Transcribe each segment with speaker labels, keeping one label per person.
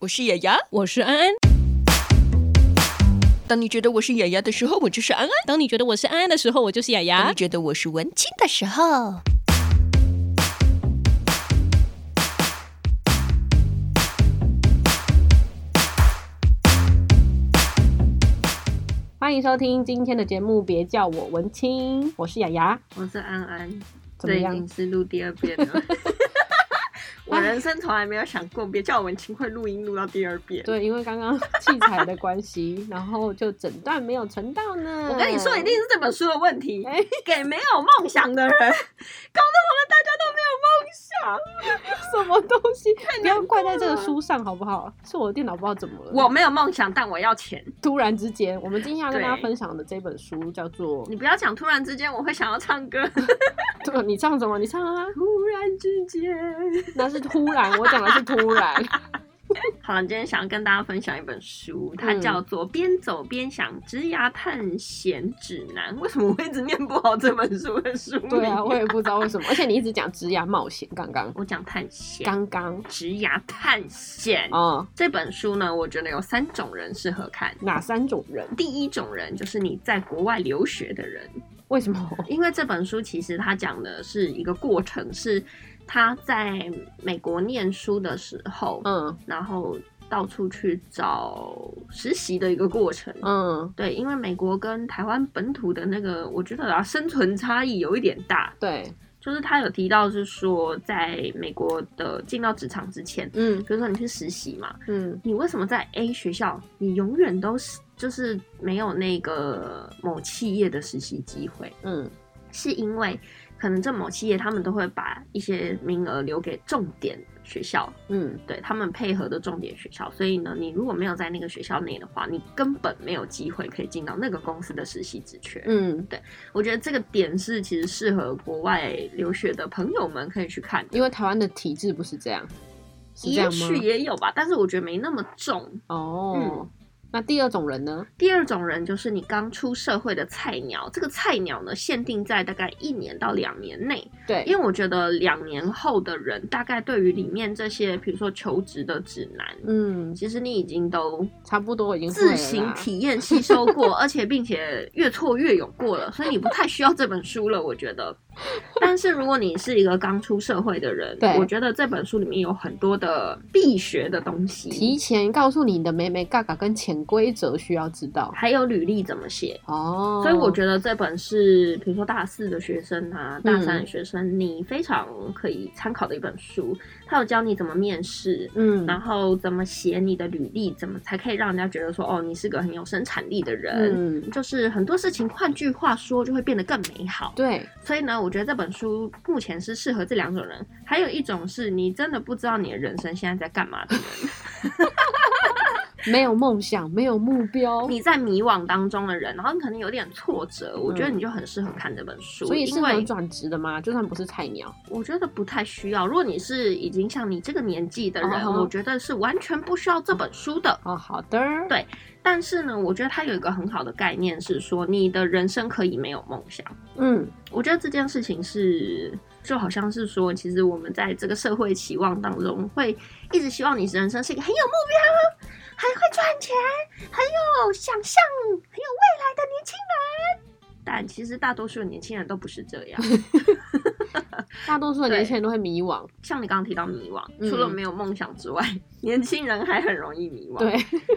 Speaker 1: 我是雅雅。
Speaker 2: 我是安安。
Speaker 1: 当你觉得我是雅雅的时候，我就是安安；
Speaker 2: 当你觉得我是安安的时候，我就是雅
Speaker 1: 当
Speaker 2: 雅
Speaker 1: 你。觉得我是文青的时候，
Speaker 2: 欢迎收听今天的节目，别叫我文青，我是雅雅。
Speaker 3: 我是安安，
Speaker 2: 怎
Speaker 3: 这
Speaker 2: 么
Speaker 3: 已
Speaker 2: 样
Speaker 3: 经是录第二遍 了。我人生从来没有想过，别叫我文青会录音录到第二遍。
Speaker 2: 对，因为刚刚器材的关系， 然后就整段没有存到呢。
Speaker 3: 我跟你说，一定是这本书的问题
Speaker 2: 啊哎，
Speaker 3: 给没有梦想的人，搞得我们大家都没有梦想。
Speaker 2: 什么东西，不要
Speaker 3: 难
Speaker 2: 怪在这
Speaker 3: 过
Speaker 2: 个
Speaker 3: 了
Speaker 2: 书上好不好？是我的电脑不知道怎么了。
Speaker 3: 啊我没有梦想，但我要钱。
Speaker 2: 突然之间，我们今天要跟
Speaker 3: 对
Speaker 2: 大家分享的这本书叫做
Speaker 3: 你不要讲，突然之间我会想要唱歌。
Speaker 2: “对，你唱什么？你唱啊！
Speaker 3: 突然之间，
Speaker 2: 那是突然，我讲的是突 然。
Speaker 3: 好了，今天想要跟大家分享一本书，它
Speaker 2: 嗯
Speaker 3: 叫做《边走边想：职涯探险指南》。为什么我一直念不好这本书的书名？
Speaker 2: 对啊，我也不知道为什么，而且你一直讲职涯冒险，刚刚
Speaker 3: 我讲探险，
Speaker 2: 刚刚
Speaker 3: 职涯探险、
Speaker 2: 哦，
Speaker 3: 这本书呢，我觉得有三种人适合看。
Speaker 2: 哪三种人？
Speaker 3: 第一种人就是你在国外留学的人，
Speaker 2: 为什么？
Speaker 3: 因为这本书其实它讲的是一个过程，是他在美国念书的时候，
Speaker 2: 嗯
Speaker 3: 然后到处去找实习的一个过程。
Speaker 2: 嗯，
Speaker 3: 对，因为美国跟台湾本土的那个，我觉得啊，生存差异有一点大。
Speaker 2: 对，
Speaker 3: 就是他有提到是说，在美国的进到职场之前，
Speaker 2: 嗯
Speaker 3: 比如说你去实习嘛，
Speaker 2: 嗯
Speaker 3: 你为什么在 A 学校，你永远都是就是没有那个某企业的实习机会？
Speaker 2: 嗯
Speaker 3: 是因为可能这某企业他们都会把一些名额留给重点学校，
Speaker 2: 嗯
Speaker 3: 对他们配合的重点学校，所以呢，你如果没有在那个学校内的话，你根本没有机会可以进到那个公司的实习职缺。
Speaker 2: 嗯，
Speaker 3: 我觉得这个点是其实适合国外留学的朋友们可以去看的，
Speaker 2: 因为台湾的体制不是这样，是这
Speaker 3: 也
Speaker 2: 样吗
Speaker 3: 许？也有吧，但是我觉得没那么重。
Speaker 2: 哦，
Speaker 3: 嗯
Speaker 2: 那第二种人呢？
Speaker 3: 第二种人就是你刚出社会的菜鸟，这个菜鸟呢限定在大概一年到两年内，
Speaker 2: 对，
Speaker 3: 因为我觉得两年后的人大概对于里面这些，比如说求职的指南，
Speaker 2: 嗯，
Speaker 3: 其实你已经都
Speaker 2: 差不多已经会了
Speaker 3: 自
Speaker 2: 啦
Speaker 3: 行体验吸收过，而且并且越挫越勇过了，所以你不太需要这本书了，我觉得。但是如果你是一个刚出社会的人
Speaker 2: 对，
Speaker 3: 我觉得这本书里面有很多的必学的东
Speaker 2: 提
Speaker 3: 西，
Speaker 2: 前告诉你的美美嘎嘎跟潜规则需要知道
Speaker 3: 还有履历怎么写。
Speaker 2: 哦。
Speaker 3: 所以我觉得这本是，比如说大四的学生啊，
Speaker 2: 嗯
Speaker 3: 大三的学生，你非常可以参考的一本书。它有教你怎么面试，
Speaker 2: 嗯
Speaker 3: 然后怎么写你的履历，怎么才可以让人家觉得说，哦，你是个很有生产力的人。
Speaker 2: 嗯，
Speaker 3: 就是很多事情，换句话说，就会变得更美好。
Speaker 2: 对，
Speaker 3: 所以呢，我觉得这本书目前是适合这两种人。还有一种是你真的不知道你的人生现在在干嘛 的人，
Speaker 2: 没有梦想，没有目标，
Speaker 3: 你在迷惘当中的人，然后你可能有点挫折，我觉得
Speaker 2: 嗯
Speaker 3: 你就很适合看这本书。
Speaker 2: 所以
Speaker 3: 因
Speaker 2: 适合
Speaker 3: 为
Speaker 2: 转职的吗？就算不是菜鸟，
Speaker 3: 我觉得不太需要。如果你是已经像你这个年纪的人
Speaker 2: 嗯哼
Speaker 3: 我觉得是完全不需要这本书的。
Speaker 2: 哦，好的，
Speaker 3: 对但是呢，我觉得它有一个很好的概念是说，你的人生可以没有梦想。
Speaker 2: 嗯
Speaker 3: 我觉得这件事情是，就好像是说，其实我们在这个社会期望当中，会一直希望你人生是一个很有目标、很会赚钱、很有想象、很有未来的年轻人。但其实大多数的年轻人都不是这 样。
Speaker 2: 大多数的
Speaker 3: 对
Speaker 2: 年轻人都会迷惘，
Speaker 3: 像你刚刚提到迷惘，
Speaker 2: 嗯
Speaker 3: 除了没有梦想之外， 年轻人还很容易迷惘。
Speaker 2: 对，，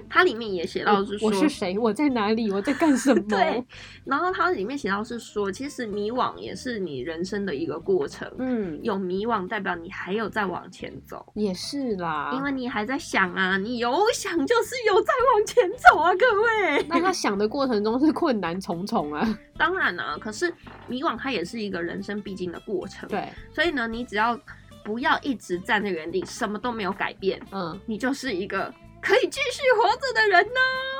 Speaker 3: 它里面也写到是说，
Speaker 2: 我我是谁？我在哪里？我在 干什么？
Speaker 3: 对，然后它里面写到是说，其实迷惘也是你人生的一个过程。
Speaker 2: 嗯，
Speaker 3: 有迷惘，代表你还有在往前走，
Speaker 2: 也是啦。
Speaker 3: 因为你还在想啊，你有想就是有在往前走啊，各位。
Speaker 2: 那他想的过程中是困难重重啊。
Speaker 3: 当然啊，可是迷惘它也是一个人生必经的过程，
Speaker 2: 对，
Speaker 3: 所以呢，你只要不要一直站在原地，什么都没有改变，
Speaker 2: 嗯，
Speaker 3: 你就是一个可以继续活着的人呢、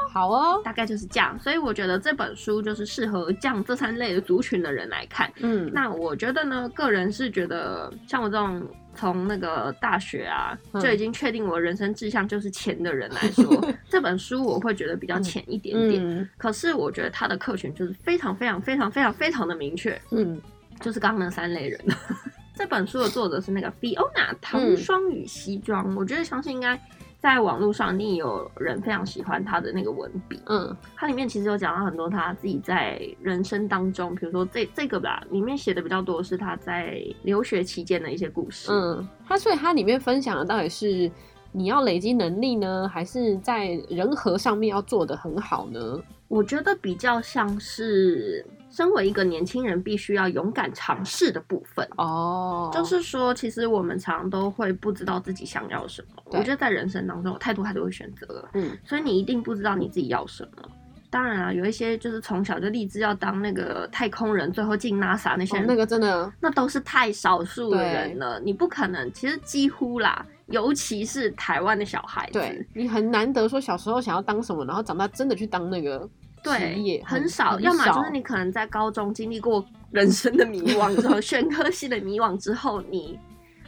Speaker 2: 好哦，
Speaker 3: 大概就是这样，所以我觉得这本书就是适合这样这三类的族群的人来看。
Speaker 2: 嗯，
Speaker 3: 那我觉得呢，个人是觉得像我这种从那个大学啊、
Speaker 2: 嗯
Speaker 3: 就已经确定我人生志向就是钱的人来 说，这本书我会觉得比较浅一点点。
Speaker 2: 嗯
Speaker 3: 可是我觉得他的客群就是非常非常非常非常非常的明确，
Speaker 2: 嗯，
Speaker 3: 就是刚刚那三类人。
Speaker 2: 嗯
Speaker 3: 这本书的作者是那个 Fiona 唐双与西装，我觉得相信应该。在网络上一定有人非常喜欢他的那个文笔。
Speaker 2: 嗯
Speaker 3: 它里面其实有讲到很多他自己在人生当中，比如说这这个吧，里面写的比较多是他在留学期间的一些故事。
Speaker 2: 嗯，它所以它里面分享的到底是你要累积能力呢，还是在人和上面要做的很好呢？
Speaker 3: 我觉得比较像是身为一个年轻人必须要勇敢尝试的部分。
Speaker 2: 哦，
Speaker 3: 就是说，其实我们常都会不知道自己想要什么。我
Speaker 2: 对
Speaker 3: 觉得在人生当中有太多太多的选择了，
Speaker 2: 嗯
Speaker 3: 所以你一定不知道你自己要什么。当然啊，有一些就是从小就立志要当那个太空人，最后进 NASA 那些
Speaker 2: 哦
Speaker 3: 人，
Speaker 2: 那个真的
Speaker 3: 那都是太少数的
Speaker 2: 对
Speaker 3: 人了，你不可能。其实几乎啦，尤其是台湾的小孩
Speaker 2: 对
Speaker 3: 子，
Speaker 2: 你很难得说小时候想要当什么，然后长大真的去当那个职业，
Speaker 3: 很
Speaker 2: 很
Speaker 3: 少，
Speaker 2: 很
Speaker 3: 要么就是你可能在高中经历过人生的迷惘 之后，选科系的迷惘之后，你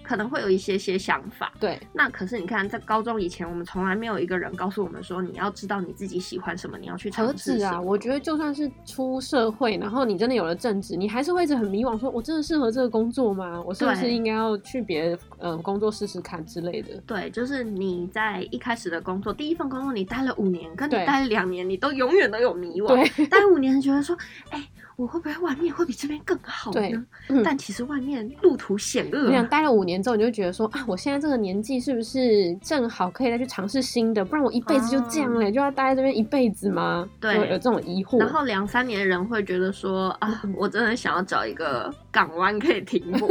Speaker 3: 可能会有一些些想法。
Speaker 2: 对
Speaker 3: 那可是你看，在高中以前，我们从来没有一个人告诉我们说，你要知道你自己喜欢什么，你要去尝
Speaker 2: 何
Speaker 3: 试
Speaker 2: 止
Speaker 3: 什
Speaker 2: 啊！
Speaker 3: 么
Speaker 2: 我觉得就算是出社会，然后你真的有了正职，你还是会一直很迷惘，说我真的适合这个工作吗？我是不是
Speaker 3: 对
Speaker 2: 应该要去别的呃工作试试看之类的？
Speaker 3: 对，就是你在一开始的工作，第一份工作你待了五年，跟你
Speaker 2: 对
Speaker 3: 待了两年，你都永远都有迷惘。
Speaker 2: 对，
Speaker 3: 待五年觉得说，哎、我会不会外面会比这边更好
Speaker 2: 对
Speaker 3: 呢？
Speaker 2: 嗯
Speaker 3: 但其实外面路途险恶
Speaker 2: 你想
Speaker 3: 啊。
Speaker 2: 待了五年之后，你就觉得说啊，我现在这个年纪是不是正好可以再去尝试新的？不然我一辈子就这样嘞、就要待在这边一辈子吗？
Speaker 3: 啊对
Speaker 2: 就有这种疑惑。
Speaker 3: 然后两三年的人会觉得说啊，
Speaker 2: 嗯
Speaker 3: 我真的想要找一个港湾可以停 泊，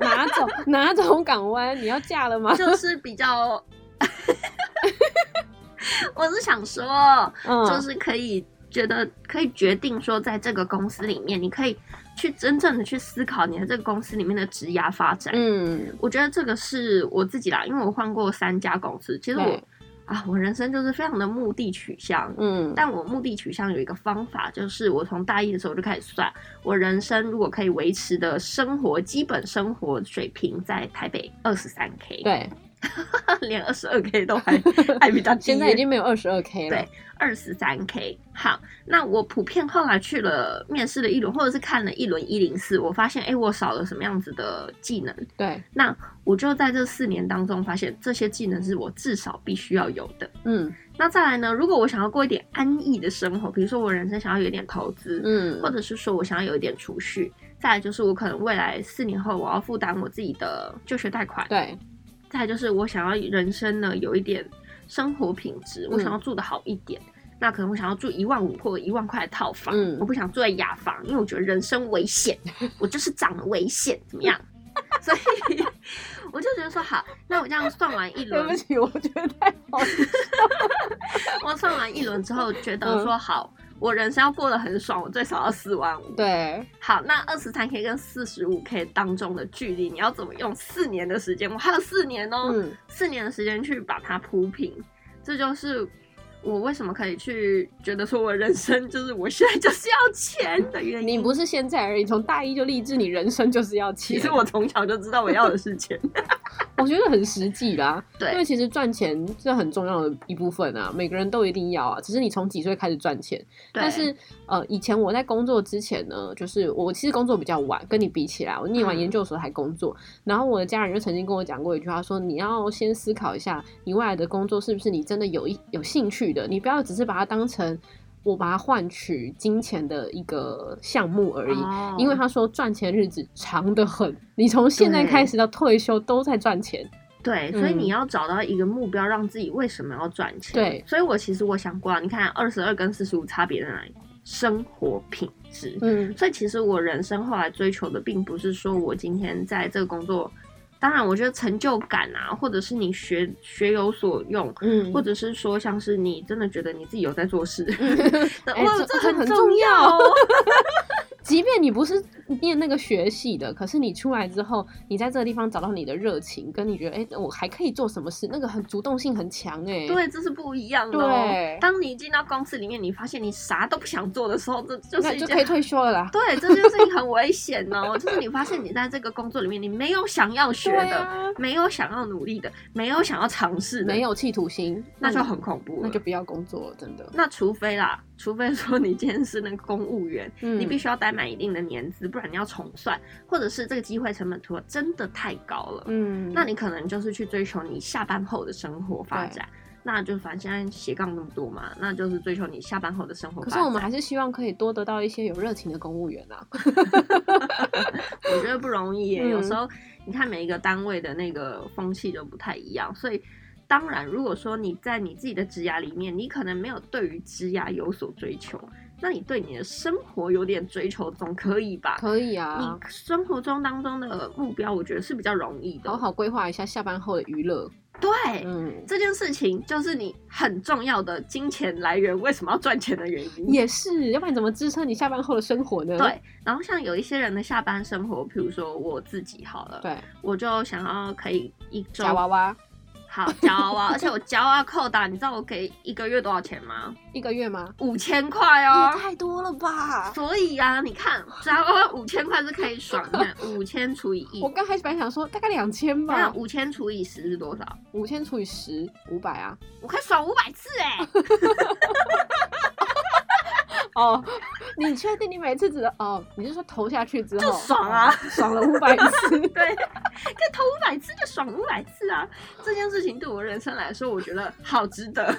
Speaker 2: 哪 种哪种港湾？你要嫁了吗？
Speaker 3: 就是比较， 我是想说，
Speaker 2: 嗯，
Speaker 3: 就是可以觉得可以决定说，在这个公司里面，你可以去真正的去思考你的这个公司里面的职涯发展。
Speaker 2: 嗯，
Speaker 3: 我觉得这个是我自己啦，因为我换过三家公司，其实我
Speaker 2: 对
Speaker 3: 啊，我人生就是非常的目的取向。
Speaker 2: 嗯，
Speaker 3: 但我目的取向有一个方法，就是我从大一的时候就开始算，我人生如果可以维持的生活基本生活水平在台北二十三 k，，
Speaker 2: 对，
Speaker 3: 连二十二 k 都 还还比较低耶，
Speaker 2: 现在已经没有二十二 k 了
Speaker 3: 对。二十三 K。好，那我普遍后来去了面试了一轮，或者是看了一轮一零四，我发现哎，诶我少了什么样子的技能？
Speaker 2: 对，
Speaker 3: 那我就在这四年当中发现，这些技能是我至少必须要有的。
Speaker 2: 嗯
Speaker 3: 那再来呢？如果我想要过一点安逸的生活，比如说我人生想要有一点投资，
Speaker 2: 嗯，
Speaker 3: 或者是说我想要有一点储蓄，再来就是我可能未来四年后我要负担我自己的就学贷款，
Speaker 2: 对，
Speaker 3: 再来就是我想要人生呢有一点生活品质，
Speaker 2: 嗯
Speaker 3: 我想要住的好一点。那可能我想要住一万五或一万块的套房，
Speaker 2: 嗯
Speaker 3: 我不想住在雅房，因为我觉得人生危险，我就是长了危险，怎么样？ 所以我就觉得说好，那我这样算完一
Speaker 2: 对
Speaker 3: 轮
Speaker 2: 不，起，我觉得太好笑了。
Speaker 3: 我算完一轮之后，觉
Speaker 2: 嗯
Speaker 3: 得说好，我人生要过得很爽，我最少要四万五。
Speaker 2: 对，
Speaker 3: 好，那二十三 K 跟四十五 K 当中的距离，你要怎么用四年的时间？我还有四年哦，
Speaker 2: 嗯
Speaker 3: 四年的时间去把它铺平，这就是我为什么可以去觉得说我人生就是我现在就是要钱的原因。
Speaker 2: 嗯你不是现在而已，从大一就立志，你人生就是要
Speaker 3: 其
Speaker 2: 钱。
Speaker 3: 实我从小就知道我要的是 钱，
Speaker 2: 我觉得很实际啦，
Speaker 3: 对
Speaker 2: 因为其实赚钱是很重要的一部分啊，每个人都一定要啊，只是你从几岁开始赚钱。但是呃，以前我在工作之前呢，就是我其实工作比较晚，跟你比起来，我念完
Speaker 3: 嗯
Speaker 2: 研究所还工作。然后我的家人就曾经跟我讲过一句话说，你要先思考一下，你未来的工作是不是你真的有一有兴趣的，你不要只是把它当成我把它换取金钱的一个项目而已。
Speaker 3: 哦
Speaker 2: 因为他说赚钱日子长得很，你从现在
Speaker 3: 对
Speaker 2: 开始到退休都在赚钱。
Speaker 3: 对，所以
Speaker 2: 嗯
Speaker 3: 你要找到一个目标，让自己为什么要赚钱。
Speaker 2: 对
Speaker 3: 所以我其实我想过、啊，你看二十二跟四十五差别在哪里？生活品质。
Speaker 2: 嗯，
Speaker 3: 所以其实我人生后来追求的，并不是说我今天在这个工作，当然我觉得成就感啊，或者是你学学有所用。
Speaker 2: 嗯
Speaker 3: 或者是说，像是你真的觉得你自己有在做事，
Speaker 2: 哎
Speaker 3: 哇，
Speaker 2: 这
Speaker 3: 这
Speaker 2: 这
Speaker 3: 很
Speaker 2: 很
Speaker 3: 重
Speaker 2: 重
Speaker 3: 要
Speaker 2: 要欸
Speaker 3: 哦。
Speaker 2: 即便你不是念那个学系的，可是你出来之后，你在这个地方找到你的热情，跟你觉得哎、我还可以做什么事，那个很主动性很强哎、，
Speaker 3: 对，这是不一样的、哦
Speaker 2: 对
Speaker 3: 当你进到公司里面，你发现你啥都不想做的时候，这就是
Speaker 2: 那
Speaker 3: 一
Speaker 2: 就
Speaker 3: 件
Speaker 2: 可以退休了啦。
Speaker 3: 对，这件事情很危险哦。就是你发现你在这个工作里面，你没有想要学
Speaker 2: 对
Speaker 3: 的，
Speaker 2: 啊，
Speaker 3: 没有想要努力的，没有想要尝试的，
Speaker 2: 没，有企图心，
Speaker 3: 那就
Speaker 2: 你
Speaker 3: 很恐怖了
Speaker 2: 那就不要工作了，真的。
Speaker 3: 那除非啦，除非说你今天是那个公务员，
Speaker 2: 嗯
Speaker 3: 你必须要待满一定的年资，不然你要重算，或者是这个机会成本突然真的太高了，
Speaker 2: 嗯，
Speaker 3: 那你可能就是去追求你下班后的生活发展。那就反正现在斜杠那么多嘛，那就是追求你下班后的生活发
Speaker 2: 可
Speaker 3: 展。
Speaker 2: 是我们还是希望可以多得到一些有热情的公务员啊。
Speaker 3: 我觉得不容易耶、
Speaker 2: 嗯
Speaker 3: 有时候你看每一个单位的那个风气都不太一样，所以当然，如果说你在你自己的职涯里面，你可能没有对于职涯有所追求，那你对你的生活有点追求，总可以吧？
Speaker 2: 可以
Speaker 3: 你
Speaker 2: 啊，
Speaker 3: 生活中当中的目标，我觉得是比较容易的。
Speaker 2: 好好规划一下下班后的娱乐。
Speaker 3: 对。
Speaker 2: 嗯，
Speaker 3: 这件事情就是你很重要的金钱来源，为什么要赚钱的原因。
Speaker 2: 也是，要不然怎么支撑你下班后的生活呢？
Speaker 3: 对，然后像有一些人的下班生活，比如说我自己好了，
Speaker 2: 对，
Speaker 3: 我就想要可以一周
Speaker 2: 夹娃娃
Speaker 3: 好夹娃 娃，而且我夹娃娃扣打，你知道我给一个月多少钱吗？
Speaker 2: 一个月吗？
Speaker 3: 五千块
Speaker 2: 也
Speaker 3: 哦。
Speaker 2: 太多了吧！
Speaker 3: 所以啊，你看夹娃娃五千块是可以爽，你 看五千除以一
Speaker 2: 我，刚开始本来想说大概两千
Speaker 3: 你看
Speaker 2: 吧，
Speaker 3: 五千除以十是多少？
Speaker 2: 五千除以十，五百 啊。
Speaker 3: 我可以爽五百次哎、
Speaker 2: 哦，你确定你每次只哦？你是说投下去之后
Speaker 3: 就爽啊？
Speaker 2: 哦爽了五百次
Speaker 3: 对，可以投五百次就爽五百次啊！这件事情对我人生来说，我觉得好值得。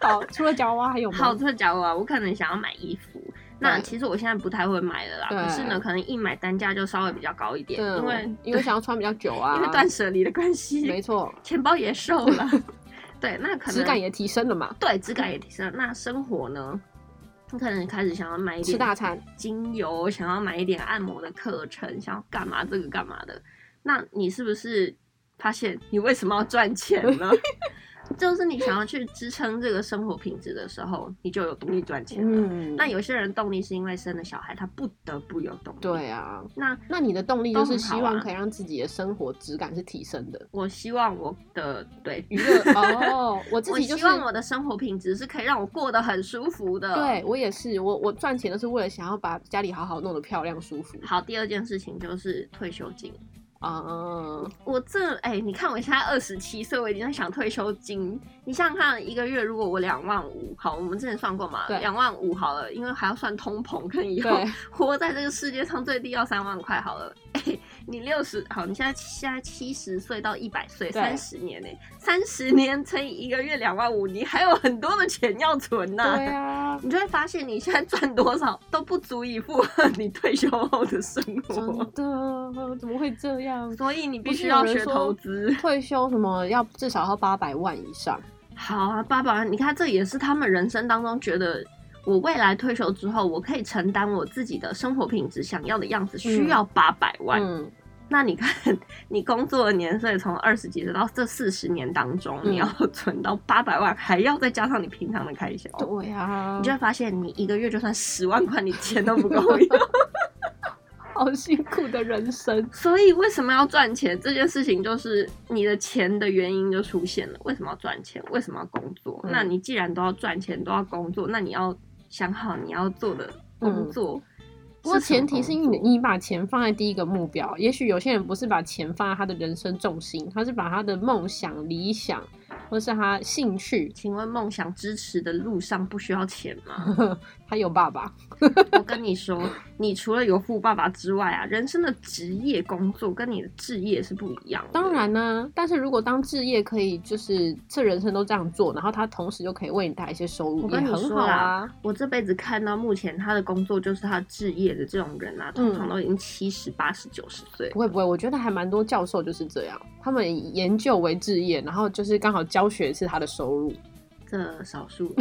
Speaker 2: 好，除了夹娃娃还有吗？
Speaker 3: 好，特假如啊，我可能想要买衣服，那
Speaker 2: 对
Speaker 3: 其实我现在不太会买了啦。
Speaker 2: 对
Speaker 3: 可是呢，可能一买单价就稍微比较高一点，
Speaker 2: 对，
Speaker 3: 因为
Speaker 2: 嗯因为想要穿比较久啊，
Speaker 3: 因为断舍离的关
Speaker 2: 没
Speaker 3: 系，
Speaker 2: 错，
Speaker 3: 钱包也瘦了。对，那可能
Speaker 2: 质感也提升了嘛。
Speaker 3: 对，质感也提升了。那生活呢？你可能开始想要买一
Speaker 2: 吃
Speaker 3: 点
Speaker 2: 大餐，
Speaker 3: 精油，想要买一点按摩的课程，想要干嘛这个干嘛的。那你是不是发现你为什么要赚钱呢？ 就是你想要去支撑这个生活品质的时候，你就有动力赚钱了。
Speaker 2: 嗯，
Speaker 3: 那有些人动力是因为生了小孩，他不得不有动力。，
Speaker 2: 对啊，
Speaker 3: 那
Speaker 2: 那你的动力就是希
Speaker 3: 都很
Speaker 2: 望
Speaker 3: 好啊
Speaker 2: 可以让自己的生活质感是提升的。
Speaker 3: 我希望我的 对
Speaker 2: 娱 乐哦，我自
Speaker 3: 我
Speaker 2: 己就是
Speaker 3: 希望我的生活品质是可以让我过得很舒服的。。
Speaker 2: 对我也是，我我赚钱都是为了想要把家里好好弄得漂亮舒服
Speaker 3: 好，第二件事情就是退休金。
Speaker 2: 啊、
Speaker 3: 我这哎、你看我现在二十七岁，我已经在想退休金。你想想看，一个月如果我两万五，好，我们之前算过嘛，
Speaker 2: 对
Speaker 3: 两万五好了，因为还要算通膨，跟以后
Speaker 2: 对，
Speaker 3: 活在这个世界上最低要三万块好了。哎，你六十好，你现在现在七十岁到一百岁，
Speaker 2: 对
Speaker 3: 三十年呢、三十年乘以一个月两万五，你还有很多的钱要存呢、
Speaker 2: 对啊，
Speaker 3: 你就会发现，你现在赚多少都不足以负荷 你退休后的生
Speaker 2: 真
Speaker 3: 活，
Speaker 2: 的怎么会这样？
Speaker 3: 所以你必
Speaker 2: 不是
Speaker 3: 须
Speaker 2: 有
Speaker 3: 要
Speaker 2: 人
Speaker 3: 学
Speaker 2: 说
Speaker 3: 投资。
Speaker 2: 退休什么要至少要八百万以上，
Speaker 3: 好啊，爸爸，你看这也是他们人生当中觉得。我未来退休之后，我可以承担我自己的生活品质想要的样子，需
Speaker 2: 嗯
Speaker 3: 要八百万。
Speaker 2: 嗯，
Speaker 3: 那你看，你工作的年岁从二十几岁到这四十年当中，
Speaker 2: 嗯
Speaker 3: 你要存到八百万，还要再加上你平常的开销，
Speaker 2: 对啊，
Speaker 3: 哦你就会发现，你一个月就算十万块，你钱都不够用。
Speaker 2: 好辛苦的人生，
Speaker 3: 所以为什么要赚钱这件事情，就是你的钱的原因就出现了。为什么要赚钱？为什么要工作？
Speaker 2: 嗯
Speaker 3: 那你既然都要赚钱，都要工作，那你要想好你要做的工作。
Speaker 2: 不过
Speaker 3: 是什么
Speaker 2: 前提是
Speaker 3: 工
Speaker 2: 你
Speaker 3: 作
Speaker 2: 你把钱放在第一个目标，也许有些人不是把钱放在他的人生重心，他是把他的梦想、理想或是他兴趣。
Speaker 3: 请问梦想支持的路上不需要钱 吗？
Speaker 2: 他有爸爸，
Speaker 3: 我跟你说，你除了有富爸爸之外啊，人生的职业工作跟你的置业是不一样的。
Speaker 2: 当然呢、但是如果当置业可以，就是这人生都这样做，然后他同时又可以为你带来一些收
Speaker 3: 我
Speaker 2: 入，也
Speaker 3: 跟你
Speaker 2: 很
Speaker 3: 说
Speaker 2: 好啊。
Speaker 3: 我这辈子看到目前他的工作就是他置业的这种人啊，通常都已经七十八十九十岁了
Speaker 2: 不会不会，我觉得还蛮多教授就是这样，他们以研究为置业，然后就是刚好教学是他的收入。
Speaker 3: 这少 数。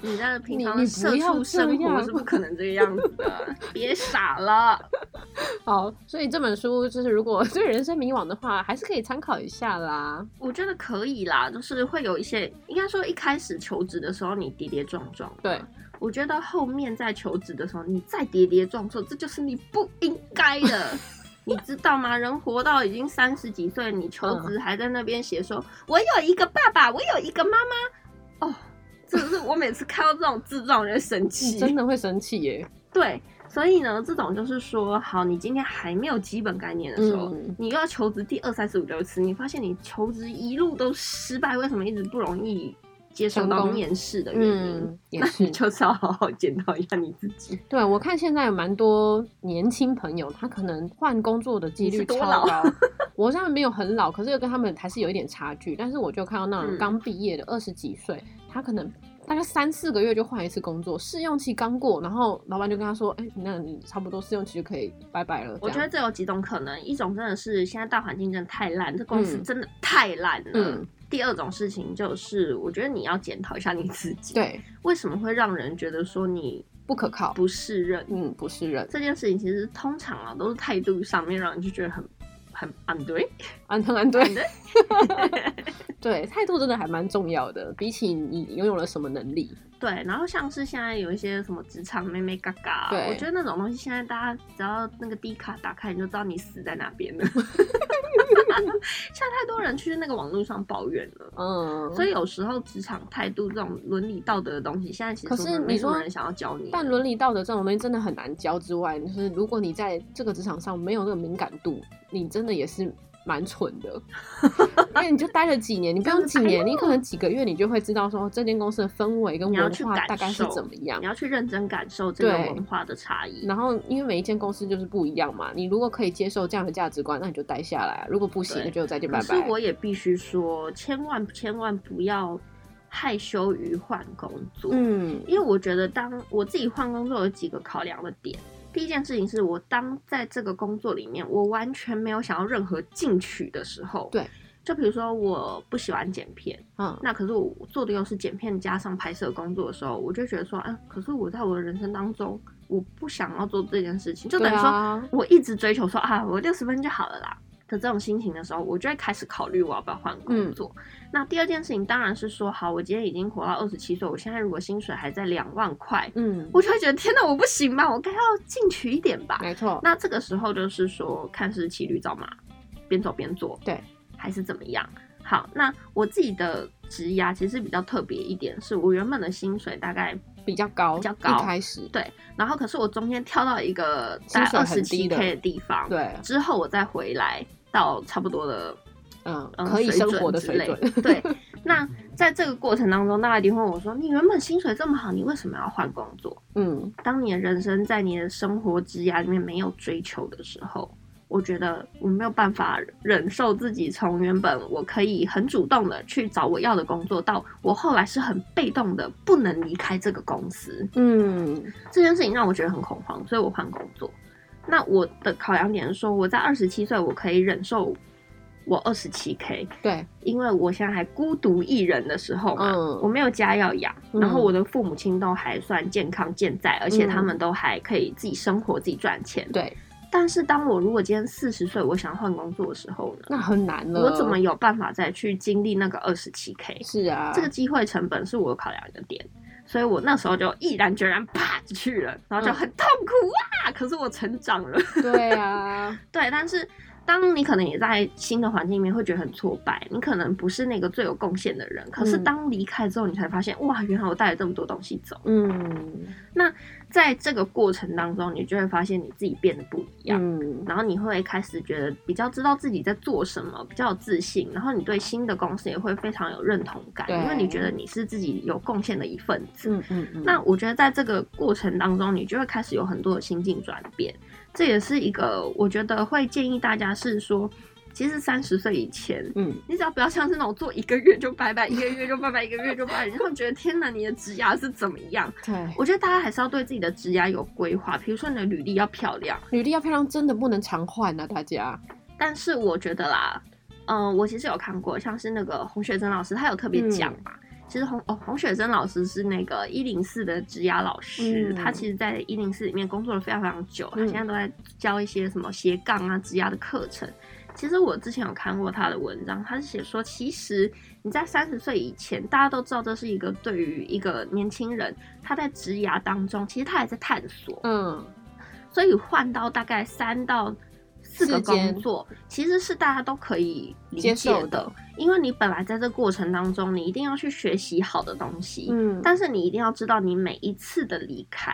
Speaker 3: 你在平
Speaker 2: 你
Speaker 3: 常
Speaker 2: 你
Speaker 3: 的
Speaker 2: 不
Speaker 3: 社
Speaker 2: 要
Speaker 3: 畜
Speaker 2: 这
Speaker 3: 生活
Speaker 2: 样
Speaker 3: 是不可能这个样子的，别傻了。
Speaker 2: 好，所以这本书就是如果 对人生迷惘的话，还是可以参考一下啦。
Speaker 3: 我觉得可以啦，就是会有一些，应该说一开始求职的时候你跌跌撞撞，
Speaker 2: 对，
Speaker 3: 我觉得后面在求职的时候你再跌跌撞撞，这就是你不应该的。你知道吗？人活到已经三十几岁，你
Speaker 2: 嗯
Speaker 3: 求职还在那边写说，我有一个爸爸，我有一个妈妈。哦，这是我每次看到这种字，这种人生气，
Speaker 2: 真的会生气耶。
Speaker 3: 对，所以呢，这种就是说，好，你今天还没有基本概念的时候，
Speaker 2: 嗯，
Speaker 3: 你又要求职第二、三十五、六次，你发现你求职一路都失败，为什么一直不容易接受
Speaker 2: 成
Speaker 3: 到
Speaker 2: 功
Speaker 3: 面试的原因。
Speaker 2: 嗯，也
Speaker 3: 那你
Speaker 2: 是。
Speaker 3: 就是要好好检讨一下你自己。
Speaker 2: 对，我看现在有蛮多年轻朋友，他可能换工作的几
Speaker 3: 你是
Speaker 2: 率超
Speaker 3: 多老
Speaker 2: 高。 我当然没有很老，可是跟他们还是有一点差距。但是我就看到那种
Speaker 3: 嗯
Speaker 2: 刚毕业的二十几岁，他可能大概三四个月就换一次工作，试用期刚过，然后老板就跟他说：“哎、那你差不多试用期就可以拜拜了。”
Speaker 3: 我觉得
Speaker 2: 样
Speaker 3: 这有几种可能，一种真的是现在大环境真的太烂，这公司
Speaker 2: 嗯
Speaker 3: 真的太烂了。
Speaker 2: 嗯
Speaker 3: 第二种事情就是，我觉得你要检讨一下你自己，，
Speaker 2: 对
Speaker 3: 为什么会让人觉得说你
Speaker 2: 不可靠，
Speaker 3: 不适任？
Speaker 2: 嗯，不是人。
Speaker 3: 这件事情其实通常啊都是态度上面让人就觉得很很很 对，
Speaker 2: 安藤安对，对，态度真的还蛮重要的，比起你拥有了什么能力，
Speaker 3: 对，然后像是现在有一些什么职场妹妹嘎嘎，
Speaker 2: 对
Speaker 3: 我觉得那种东西现在大家只要那个 D 卡打开，你就知道你死在哪 边了。现在太多人去那个网络上抱怨了。
Speaker 2: 嗯，
Speaker 3: 所以有时候职场态度这种伦理道德的东西，现在其实
Speaker 2: 可是
Speaker 3: 我们
Speaker 2: 你
Speaker 3: 没什么
Speaker 2: 说
Speaker 3: 人想要教你。
Speaker 2: 但伦理道德这种东西真的很难教之外，就是如果你在这个职场上没有那个敏感度，你真的也是蛮蠢 的。因为你就待了几年，你不用几年，你可能几个月你就会知道说这间公司的氛围跟
Speaker 3: 你要
Speaker 2: 文
Speaker 3: 去
Speaker 2: 化大
Speaker 3: 感
Speaker 2: 概是
Speaker 3: 受
Speaker 2: 怎么样
Speaker 3: 你。要去认真感受这个
Speaker 2: 对
Speaker 3: 文化的差异。
Speaker 2: 然后，因为每一间公司就是不一样嘛，你如果可以接受这样的价值观，那你就待下来；啊如果不行，
Speaker 3: 对
Speaker 2: 那就再见
Speaker 3: 可
Speaker 2: 拜
Speaker 3: 是
Speaker 2: 拜。
Speaker 3: 我也必须说，千万千万不要害羞于换工作，
Speaker 2: 嗯
Speaker 3: 因为我觉得当我自己换工作有几个考量的点。第一件事情是我当在这个工作里面，我完全没有想要任何进取的时候。
Speaker 2: 对，
Speaker 3: 就比如说我不喜欢剪片，
Speaker 2: 嗯，
Speaker 3: 那可是我做的又是剪片加上拍摄工作的时候，我就觉得说，啊，可是我在我的人生当中，我不想要做这件事情，就
Speaker 2: 对
Speaker 3: 等于说、
Speaker 2: 啊，
Speaker 3: 我一直追求说啊，我六十分就好了啦。的这种心情的时候，我就会开始考虑我要不要换
Speaker 2: 嗯
Speaker 3: 工作。那第二件事情当然是说，好，我今天已经活到二十七岁，我现在如果薪水还在两万块，
Speaker 2: 嗯，
Speaker 3: 我就会觉得天哪，我不行吧，我该要进取一点吧。
Speaker 2: 没错，
Speaker 3: 那这个时候就是说，看是骑驴找马，边走边做，
Speaker 2: 对，
Speaker 3: 还是怎么样？好，那我自己的职涯其实比较特别一点，是我原本的薪水大概
Speaker 2: 比较高，
Speaker 3: 比较高
Speaker 2: 一开始，
Speaker 3: 对，然后可是我中间跳到一个
Speaker 2: 薪
Speaker 3: 大概
Speaker 2: 水
Speaker 3: 二
Speaker 2: 很
Speaker 3: 十
Speaker 2: 低
Speaker 3: 七
Speaker 2: 的
Speaker 3: k 的地方，，
Speaker 2: 对，
Speaker 3: 之后我再回来到差不多的
Speaker 2: 嗯，
Speaker 3: 嗯
Speaker 2: 可以生活的
Speaker 3: 之
Speaker 2: 水
Speaker 3: 类
Speaker 2: 准，
Speaker 3: 对，那在这个过程当中，大家一定会问我说：“你原本薪水这么好，你为什么要换工作
Speaker 2: 嗯，？”
Speaker 3: 当你的人生在你的生活职涯里面没有追求的时候。我觉得我没有办法忍受自己从原本我可以很主动的去找我要的工作，到我后来是很被动的，不能离开这个公司。
Speaker 2: 嗯，
Speaker 3: 这件事情让我觉得很恐慌，所以我换工作。那我的考量点是说，我在二十七岁，我可以忍受我二十七 k，
Speaker 2: 对，
Speaker 3: 因为我现在还孤独一人的时候嘛，
Speaker 2: 嗯
Speaker 3: 我没有家要养，
Speaker 2: 嗯
Speaker 3: 然后我的父母亲都还算健康健在，而且他们都还可以自己生活、自己赚钱。
Speaker 2: 对，
Speaker 3: 但是当我如果今天四十岁，我想换工作的时候呢，
Speaker 2: 那很难了。
Speaker 3: 我怎么有办法再去经历那个二十七 k？
Speaker 2: 是啊？
Speaker 3: 这个机会成本是我考量的点，所以我那时候就毅然决然 啪就去了，然后就
Speaker 2: 嗯
Speaker 3: 很痛苦啊！可是我成长了，
Speaker 2: 对啊，
Speaker 3: 对，但是。当你可能也在新的环境里面会觉得很挫败，你可能不是那个最有贡献的人。可是
Speaker 2: 嗯
Speaker 3: 当离开之后，你才发现，哇，原来我带了这么多东西走。
Speaker 2: 嗯
Speaker 3: 在这个过程当中，你就会发现你自己变得不一样，
Speaker 2: 嗯，
Speaker 3: 然后你会开始觉得比较知道自己在做什么，比较有自信，然后你对新的公司也会非常有认同感，
Speaker 2: 对
Speaker 3: 因为你觉得你是自己有贡献的一份子。
Speaker 2: 嗯嗯嗯，
Speaker 3: 那我觉得在这个过程当中，你就会开始有很多的心境转变，这也是一个我觉得会建议大家是说，其实三十岁以前。
Speaker 2: 嗯
Speaker 3: 你只要不要像是那种做一个月就拜拜，一个月就拜拜，一个月就拜拜，然后觉得天哪，你的职涯是怎么样？
Speaker 2: 对，
Speaker 3: 我觉得大家还是要对自己的职涯有规划，比如说你的履历要漂亮。
Speaker 2: 履历要漂亮，真的不能常换啊，大家。
Speaker 3: 但是我觉得啦，嗯、我其实有看过，像是那个洪雪珍老师，他有特别
Speaker 2: 嗯
Speaker 3: 讲嘛。其实洪哦，洪雪珍老师是那个一零四的职涯老师，
Speaker 2: 嗯
Speaker 3: 他其实在一零四里面工作了非常非常久，他
Speaker 2: 嗯
Speaker 3: 现在都在教一些什么斜杠啊、职涯的课程。其实我之前有看过他的文章，他是写说，其实你在三十岁以前，大家都知道这是一个对于一个年轻人他在职涯当中，其实他还在探索，
Speaker 2: 嗯，
Speaker 3: 所以换到大概三到四个
Speaker 2: 四间
Speaker 3: 工作，其实是大家都可以理
Speaker 2: 接
Speaker 3: 解
Speaker 2: 受
Speaker 3: 的，
Speaker 2: 的
Speaker 3: 因为你本来在这过程当中，你一定要去学习好的东西，
Speaker 2: 嗯，
Speaker 3: 但是你一定要知道你每一次的离开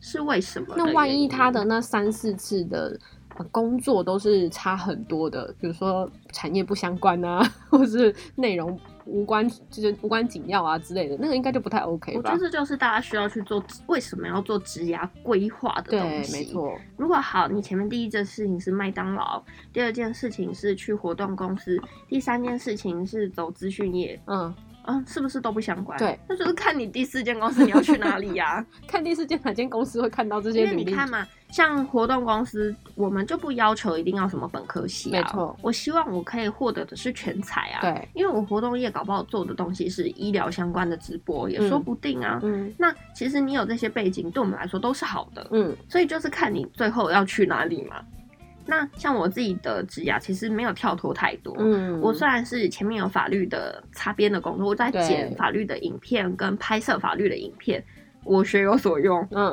Speaker 3: 是为什么的原
Speaker 2: 那
Speaker 3: 因。
Speaker 2: 万一他的那三四次的。呃工作都是差很多的，比如说产业不相关啊， 或是内容无关，就是无关紧要啊之类的，那个应该就不太 OK
Speaker 3: 我觉
Speaker 2: 吧
Speaker 3: 得？这就是大家需要去做，为什么要做职涯规划的
Speaker 2: 对
Speaker 3: 东，西。
Speaker 2: 没。错，
Speaker 3: 如果好，你前面第一件事情是麦当劳，第二件事情是去活动公司，第三件事情是走资讯业，
Speaker 2: 嗯，
Speaker 3: 嗯，是不是都不相关？
Speaker 2: 对，
Speaker 3: 那就是看你第四间公司你要去哪里呀、
Speaker 2: 看电视间哪间公司会看到 这些
Speaker 3: 因为
Speaker 2: 履
Speaker 3: 你
Speaker 2: 历？
Speaker 3: 看嘛，像活动公司，我们就不要求一定要什么本科系啊。
Speaker 2: 没错，
Speaker 3: 我希望我可以获得的是全才啊。，
Speaker 2: 对，
Speaker 3: 因为我活动业搞不好做的东西是医疗相关的直播，也说不定啊。
Speaker 2: 嗯
Speaker 3: 那其实你有这些背景，对我们来说都是好的。
Speaker 2: 嗯，
Speaker 3: 所以就是看你最后要去哪里嘛。那像我自己的职涯，其实没有跳脱太多。
Speaker 2: 嗯，
Speaker 3: 我虽然是前面有法律的擦边的工作，我在
Speaker 2: 对
Speaker 3: 剪法律的影片跟拍摄法律的影片，我学有所用，
Speaker 2: 嗯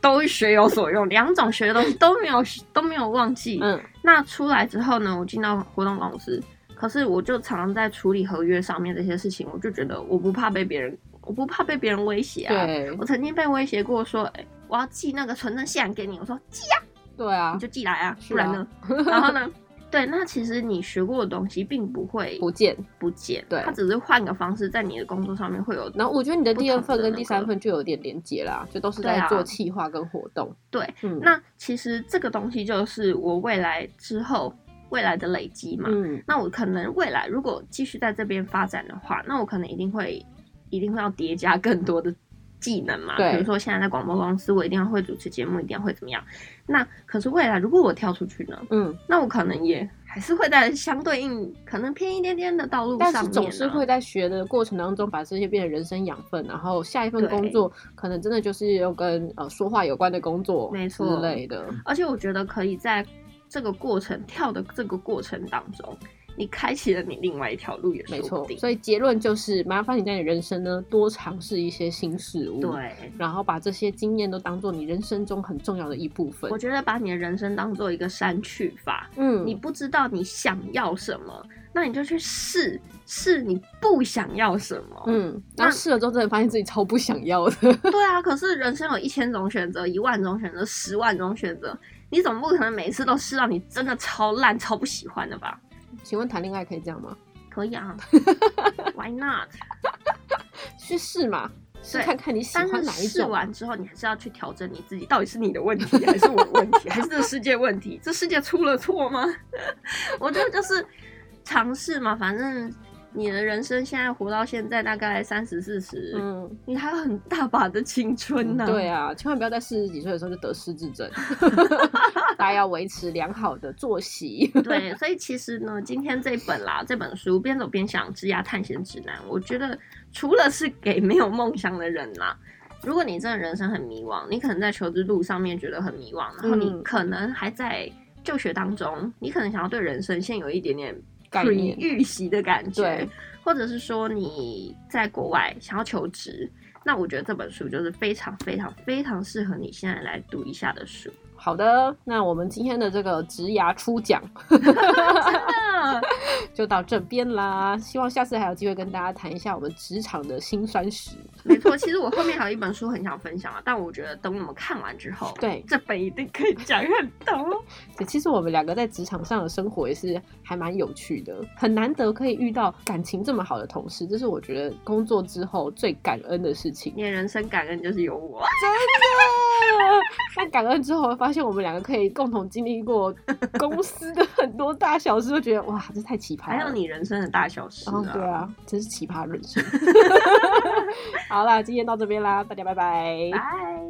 Speaker 3: 都学有所用，两种学的东西都没有都没有忘记。
Speaker 2: 嗯
Speaker 3: 那出来之后呢，我进到活动公司，可是我就常常在处理合约上面这些事情，我就觉得我不怕被别人，我不怕被别人威胁啊。
Speaker 2: 对
Speaker 3: 我曾经被威胁过说，哎、我要寄那个存证信函给你，我说寄啊，
Speaker 2: 对啊
Speaker 3: 你就，寄来啊，
Speaker 2: 是
Speaker 3: 不然呢？然后呢？对，那其实你学过的东西并不会
Speaker 2: 不见。
Speaker 3: 不见，
Speaker 2: 对
Speaker 3: 它只是换个方式，在你的工作上面会有
Speaker 2: 然后我觉得你的
Speaker 3: 不同
Speaker 2: 第二份
Speaker 3: 的
Speaker 2: 跟
Speaker 3: 那
Speaker 2: 第
Speaker 3: 个
Speaker 2: 三份就有点连结啦，就都是
Speaker 3: 啊对
Speaker 2: 在
Speaker 3: 啊
Speaker 2: 做企划跟活动。
Speaker 3: 对。
Speaker 2: 嗯，
Speaker 3: 那其实这个东西就是我未来之后未来的累积嘛。
Speaker 2: 嗯
Speaker 3: 那我可能未来如果继续在这边发展的话，那我可能一定会一定会要叠加更多的技能嘛。
Speaker 2: 对
Speaker 3: 比如说现在在广播公司，我一定要会主持节目，一定要会怎么样。那可是未来如果我跳出去呢，
Speaker 2: 嗯，
Speaker 3: 那我可能也还是会在相对应可能偏一点点的道路上
Speaker 2: 但
Speaker 3: 面、
Speaker 2: 是
Speaker 3: 啊，
Speaker 2: 总是会在学的过程当中把这些变成人生养分，然后下一份
Speaker 3: 对
Speaker 2: 工作可能真的就是要跟呃说话有关的工作，
Speaker 3: 没
Speaker 2: 之
Speaker 3: 错
Speaker 2: 类的。
Speaker 3: 而且我觉得可以在这个过程跳的这个过程当中，你开启了你另外一条路也
Speaker 2: 没
Speaker 3: 说不
Speaker 2: 错，
Speaker 3: 定。
Speaker 2: 所以结论就是，麻烦你在你人生呢多尝试一些新事物，，
Speaker 3: 对，
Speaker 2: 然后把这些经验都当做你人生中很重要的一部分
Speaker 3: 我。觉得把你的人生当做一个删去法，
Speaker 2: 嗯，
Speaker 3: 你不知道你想要什么，那你就去试试你不想要什么。
Speaker 2: 嗯，
Speaker 3: 那
Speaker 2: 然后试了之后真的发现自己超不想要的，
Speaker 3: 对啊，可是人生有一千种选择，一万种选择，十万种选择，你总不可能每次都试到你真的超烂、超不喜欢的吧？
Speaker 2: 请问谈恋爱可以这样吗？
Speaker 3: 可以 啊，Why not？
Speaker 2: 去试嘛，试
Speaker 3: 对
Speaker 2: 看看你喜
Speaker 3: 但
Speaker 2: 欢
Speaker 3: 是
Speaker 2: 哪一
Speaker 3: 试
Speaker 2: 种。啊
Speaker 3: 完之后，你还是要去调整你自己，到底是你的问 题，还是我的问题，还是这世界问题？这世界出了错吗？ 我觉得就是尝试嘛，反正你的人生现在活到现在，大概三十四十，
Speaker 2: 嗯，
Speaker 3: 你还有很大把的青春呢、
Speaker 2: 对啊，千万不要在四十几岁的时候就得失智 症，大家要维持良好的作息。
Speaker 3: 对，所以其实呢，今天这本啦，这本书《边走边想：枝桠探险指南》，我觉得除了是给没有梦想的人啦，如果你真的人生很迷惘，你可能在求职路上面觉得很迷惘，然后你
Speaker 2: 嗯
Speaker 3: 可能还在就学当中，你可能想要对人生现有一点点
Speaker 2: 概
Speaker 3: pre-
Speaker 2: 念
Speaker 3: 预习的感觉
Speaker 2: 对，
Speaker 3: 或者是说你在国外想要求职。那我觉得这本书就是非常非常非常适合你现在来读一下的书，
Speaker 2: 好的，那我们今天的这个植牙初讲
Speaker 3: 真的。
Speaker 2: 就到这边啦。希望下次还有机会跟大家谈一下我们职场的辛酸史。
Speaker 3: 没错，其实我后面还有一本书很想分享啊，但我觉得等我们看完之后，
Speaker 2: 对
Speaker 3: 这本一定可以讲很多。
Speaker 2: 对其实我们两个在职场上的生活也是还蛮有趣的，很难得可以遇到感情这么好的同事，这是我觉得工作之后最感恩的 事情。
Speaker 3: 你的人生感恩就是有我，
Speaker 2: 但感恩之后，发现我们两个可以共同经历 过公司的很多大小事，就觉得哇，这太奇葩了。
Speaker 3: 还有你人生的大小事、啊
Speaker 2: 哦，对啊， 真是奇葩人生。好啦，今天到这边啦，大家拜拜
Speaker 3: 拜。